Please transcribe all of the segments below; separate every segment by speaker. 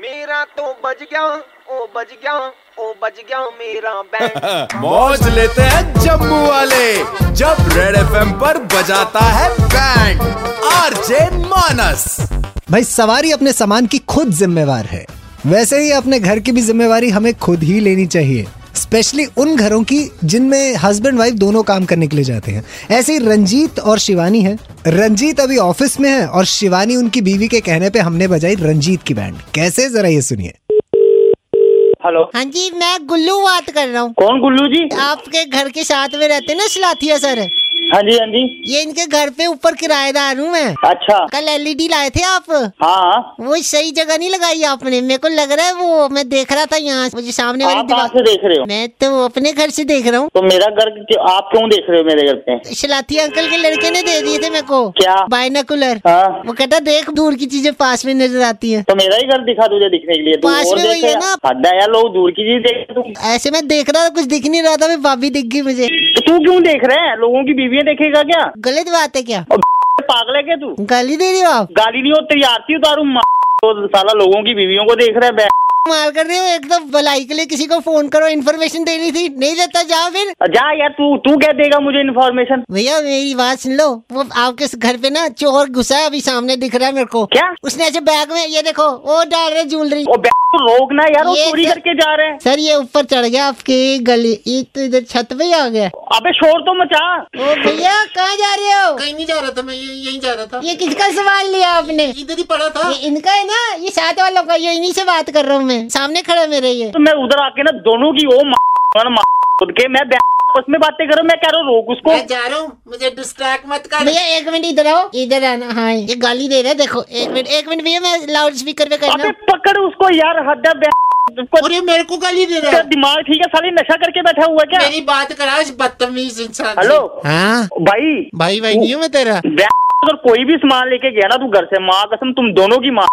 Speaker 1: मेरा तो बज गया ओ बज गया ओ बज गया मेरा बैंड
Speaker 2: मौज लेते हैं जम्मू वाले जब रेड एफएम पर बजाता है बैंड आरजे मानस
Speaker 3: भाई सवारी अपने सामान की खुद जिम्मेवार है वैसे ही अपने घर की भी जिम्मेवारी हमें खुद ही लेनी चाहिए स्पेशली उन घरों की जिनमें हस्बैंड वाइफ दोनों काम करने के लिए जाते हैं ऐसे ही रंजीत और शिवानी हैं रंजीत अभी ऑफिस में है और शिवानी उनकी बीवी के कहने पे हमने बजाई रंजीत की बैंड कैसे जरा ये सुनिए
Speaker 4: हेलो
Speaker 5: हाँ जी मैं गुल्लू बात कर रहा हूँ
Speaker 4: कौन गुल्लू जी
Speaker 5: आपके घर के साथ में रहते ना सलाथिया सर
Speaker 4: हाँ जी हाँ जी
Speaker 5: ये इनके घर पे ऊपर किराएदार हूँ मैं
Speaker 4: अच्छा
Speaker 5: कल एलईडी लाए थे आप
Speaker 4: हाँ
Speaker 5: वो सही जगह नहीं लगाई आपने मेरे को लग रहा है वो मैं देख रहा था यहाँ मुझे सामने वाली
Speaker 4: आप कहाँ से
Speaker 5: दीवार
Speaker 4: देख रहे हो
Speaker 5: मैं तो अपने घर से देख रहा हूँ
Speaker 4: तो मेरा घर क्यों- आप क्यों देख रहे हो मेरे घर पे
Speaker 5: सलाथिया अंकल के लड़के ने दे दिए थे मेरे को
Speaker 4: क्या?
Speaker 5: बाइनाकुलर
Speaker 4: हाँ
Speaker 5: वो कहता देख दूर की चीजें पास में नजर आती हैं
Speaker 4: तो मेरा ही घर दिखा तुझे दिखने के लिए तू
Speaker 5: पास
Speaker 4: और
Speaker 5: में वही
Speaker 4: देख
Speaker 5: है
Speaker 4: रहा-
Speaker 5: ना।
Speaker 4: हद है यार लोग दूर की चीज देख तुम
Speaker 5: ऐसे मैं देख रहा था कुछ दिख नहीं रहा था मैं भाभी दिख गई मुझे
Speaker 4: तो तू क्यों देख रहे है लोगों की बीवियां देखेगा क्या
Speaker 5: गलत बात है क्या
Speaker 4: और पागल है क्या तू
Speaker 5: गाली दे रही हो आप
Speaker 4: गाली नहीं हो तेरी आरती उतारू माँ को, साला लोगों की बीवियों को देख रहा है बे।
Speaker 5: मार कर रहे हो एकदम भलाई के लिए किसी को फोन करो इन्फॉर्मेशन देनी थी नहीं देता जाओ फिर
Speaker 4: जा यार तू तू क्या देगा मुझे इन्फॉर्मेशन
Speaker 5: भैया मेरी बात सुन लो वो आपके इस घर पे ना चोर घुसा है अभी सामने दिख रहा है मेरे को
Speaker 4: क्या?
Speaker 5: उसने ऐसे बैग में ये देखो वो डाल रहे ज्वेलरी
Speaker 4: ओ बे, तू रोकना यार वो
Speaker 5: ये तो-
Speaker 4: चोरी
Speaker 5: क्या-
Speaker 4: करके जा रहे हैं
Speaker 5: सर ये ऊपर चढ़ गया आपकी गली ये तो इधर छत पे ही आ गया
Speaker 4: अबे शोर तो मचा
Speaker 5: ओ भैया कहाँ जा रहे हो
Speaker 6: कहीं नहीं जा रहा था मैं ये यहीं जा रहा था
Speaker 5: ये किसका सवाल लिया आपने ये
Speaker 6: इधर ही पड़ा था
Speaker 5: इनका है ना ये साथ वालों का ये इन्हीं से बात कर रहा हूँ मैं सामने खड़ा है मेरे ये
Speaker 4: तो मैं उधर आके ना दोनों की ओ मार मार खुद के मैं बे- आपस में बातें करो मैं कह रहा हूँ रोक उसको
Speaker 6: मैं जा रहा हूँ मुझे डिस्ट्रैक्ट मत कर
Speaker 5: भैया एक मिनट इधर आओ इधर आना हाँ ये गाली दे रहा है देखो एक मिनट एक मिनट भैया मैं लाउड स्पीकर पे करना
Speaker 4: अबे पकड़ उसको यार हद है बे- उसको
Speaker 6: अरे मेरे को गाली दे रहा
Speaker 4: तेरा
Speaker 6: है
Speaker 4: दिमाग ठीक है साली नशा करके बैठा हुआ है क्या
Speaker 6: मेरी बात करा इस बदतमीज इंसान से।
Speaker 4: हेलो
Speaker 6: हाँ
Speaker 4: भाई
Speaker 6: भाई भाई नहीं हूँ मैं तेरा
Speaker 4: बे- अगर कोई भी सामान लेके गया ना तू घर से माँ कसम तुम दोनों की माँ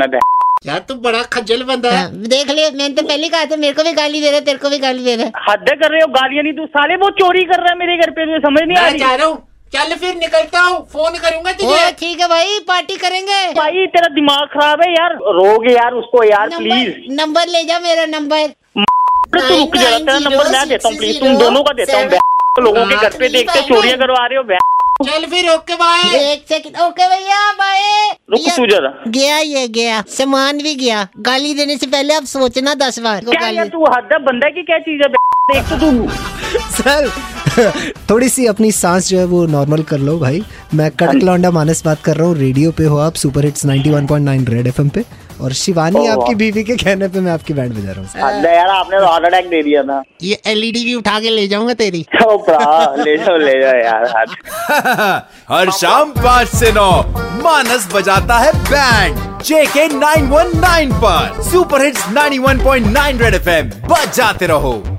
Speaker 4: मैं बे-
Speaker 6: यार तू बड़ा खजल बंदा है
Speaker 5: हाँ, देख ले मैंने तो पहले कहा था मेरे को भी गाली दे रहा है तेरे को भी गाली दे रहा है
Speaker 4: हद कर रहे हो गालियां नहीं तू साले वो चोरी कर रहा है मेरे घर पे तुझे समझ नहीं आ
Speaker 6: मैं
Speaker 4: रही
Speaker 6: जा रहा हूँ चल फिर निकलता हूँ फोन करूंगा तुझे
Speaker 5: ओ ठीक है भाई पार्टी करेंगे
Speaker 4: भाई तेरा दिमाग खराब है यार रोगे यार उसको यार प्लीज
Speaker 5: नंबर नंबर ले जा मेरा नंबर
Speaker 4: अरे तू रुक जरा तेरा
Speaker 5: 990
Speaker 4: नंबर मैं देता हूँ प्लीज तुम
Speaker 5: 660
Speaker 4: दोनों का देता हूँ बे- लोगों के घर पे
Speaker 5: हाँ, three
Speaker 4: देखते
Speaker 5: five
Speaker 4: चोरियां
Speaker 5: nine।
Speaker 4: करवा रहे हो बे-
Speaker 6: चल फिर ओके बाय
Speaker 5: एक सेकंड ओके भैया बाय
Speaker 4: रुक
Speaker 5: भैया,
Speaker 4: तू जरा
Speaker 5: गया ये गया सामान भी गया गाली देने से पहले आप सोचना दस बार
Speaker 4: क्या यार
Speaker 5: गाली
Speaker 4: तू हद है, बंदा की क्या चीज है बे- एक तो तू
Speaker 5: हाँ।
Speaker 3: सर थोड़ी सी अपनी सांस जो है वो नॉर्मल कर लो भाई मैं कड़क लौंडा मानस बात कर रहा हूँ रेडियो पे हो आप सुपर हिट्स 91.9 रेड एफएम पे और शिवानी आपकी बीवी के कहने पे मैं आपकी बैंड बजा रहा हूँ
Speaker 4: हद है यार आपने तो हार्ट अटैक दे दिया था
Speaker 6: ये एलईडी भी उठा के ले जाऊंगा तेरी
Speaker 4: ओ भरा ले जाओ ले जाओ यार हद
Speaker 2: हर शाम पाँच से नौ मानस बजाता है बैंड जेके 919 पर सुपर हिट्स 91.9 रेड एफएम बजाते रहो